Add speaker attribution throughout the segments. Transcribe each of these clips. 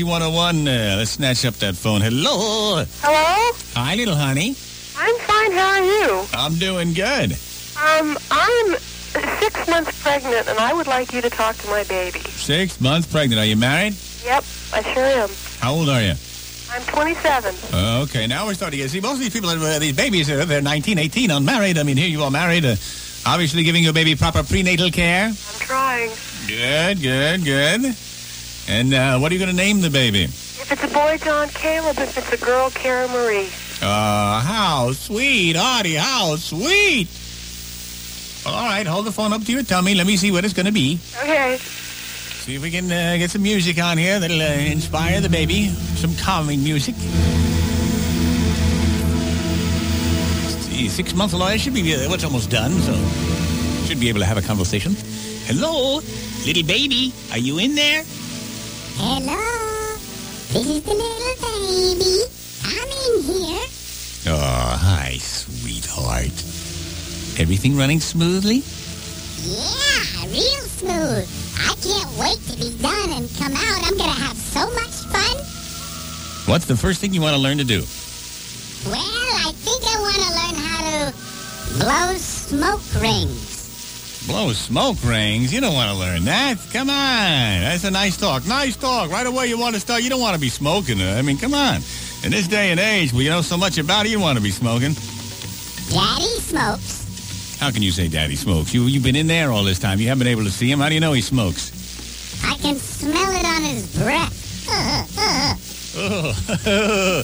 Speaker 1: T101, uh, let's snatch up that phone. Hello.
Speaker 2: Hello?
Speaker 1: Hi, little honey.
Speaker 2: I'm fine. How are you?
Speaker 1: I'm doing good.
Speaker 2: Um, I'm six months pregnant, and I would like you to talk to my baby.
Speaker 1: Six months pregnant. Are you married?
Speaker 2: Yep, I sure am.
Speaker 1: How old are you?
Speaker 2: I'm 27.
Speaker 1: Uh, okay, now we're starting to see most of these people, uh, these babies, uh, they're 19, 18, unmarried. I mean, here you are married, uh, obviously giving your baby proper prenatal care.
Speaker 2: I'm trying.
Speaker 1: Good, good, good. And uh, what are you going to name the baby?
Speaker 2: If it's a boy, John Caleb. If it's a girl, Kara Marie.
Speaker 1: Uh, how sweet, Artie, how sweet. All right, hold the phone up to your tummy. Let me see what it's going to be.
Speaker 2: Okay.
Speaker 1: See if we can uh, get some music on here that'll uh, inspire the baby. Some calming music. See, six months along, it should be, uh, well, it's almost done, so should be able to have a conversation. Hello, little baby, are you in there?
Speaker 3: Hello, this is the little baby. I'm in here.
Speaker 1: Oh, hi, sweetheart. Everything running smoothly?
Speaker 3: Yeah, real smooth. I can't wait to be done and come out. I'm gonna have so much fun.
Speaker 1: What's the first thing you want to learn to do?
Speaker 3: Well, I think I want to learn how to blow smoke rings.
Speaker 1: Blow smoke rings? You don't want to learn that. Come on. That's a nice talk. Nice talk. Right away you want to start. You don't want to be smoking. uh, I mean, come on. In this day and age, we know so much about it, you want to be smoking.
Speaker 3: Daddy smokes.
Speaker 1: How can you say daddy smokes? You, you've been in there all this time. You haven't been able to see him. How do you know he smokes?
Speaker 3: I can smell it on his breath. Uh, uh.
Speaker 1: Oh.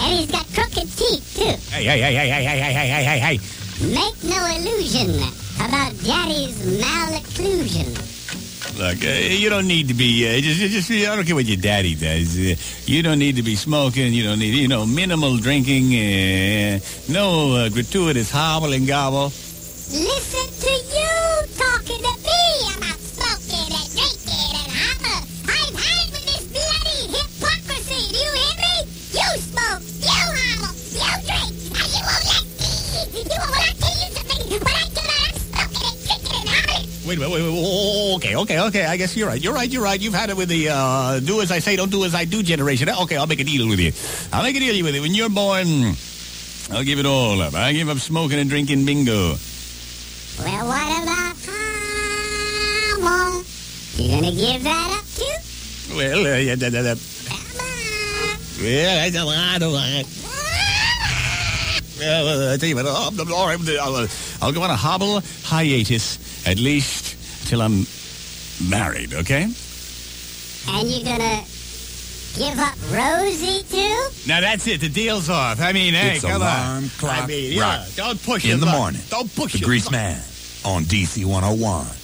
Speaker 3: And he's got crooked teeth too.
Speaker 1: hey, hey, hey, hey, hey, hey, hey, hey, hey, hey, hey.
Speaker 3: Make no illusion about Daddy's malocclusion.
Speaker 1: Look, uh, you don't need to be. Uh, just, just, just- I don't care what your daddy does. Uh, you don't need to be smoking. You don't need, you know, minimal drinking. Uh, no uh, gratuitous hobble and gobble.
Speaker 3: Listen to you talking to me about smoking and drinking and I'm a, I'm tired with this bloody hypocrisy. Do you hear me? You smoke, you hobble, you drink, and you won't let me. You won't let me do something when I get out. I'm smoking and drinking and hobbling.
Speaker 1: Wait a minute. Wait, wait, wait, okay, okay, okay. I guess you're right. You're right. You're right. You've had it with the uh, do as I say, don't do as I do generation. Uh, Okay, I'll make a deal with you. I'll make a deal with you. When you're born, I'll give it all up. I give up smoking and drinking bingo.
Speaker 3: Well, what about hobble? You gonna give that up too?
Speaker 1: Well, uh, yeah, da, da, da.
Speaker 3: Come on.
Speaker 1: well, I don't, I don't, I Well, uh, I tell you what, uh, I'm- all right, I'll, uh, I'll go on a hobble hiatus, at least till I'm married, okay?
Speaker 3: And you gonna give up Rosie too?
Speaker 1: Now that's it, the deal's off. I mean, hey,
Speaker 4: It's
Speaker 1: come
Speaker 4: alarm
Speaker 1: on.
Speaker 4: clock
Speaker 1: I mean, yeah,
Speaker 4: rock.
Speaker 1: don't push
Speaker 4: in
Speaker 1: your
Speaker 4: the
Speaker 1: luck.
Speaker 4: morning.
Speaker 1: Don't push
Speaker 4: The
Speaker 1: your
Speaker 4: Grease
Speaker 1: luck.
Speaker 4: Man on DC 101.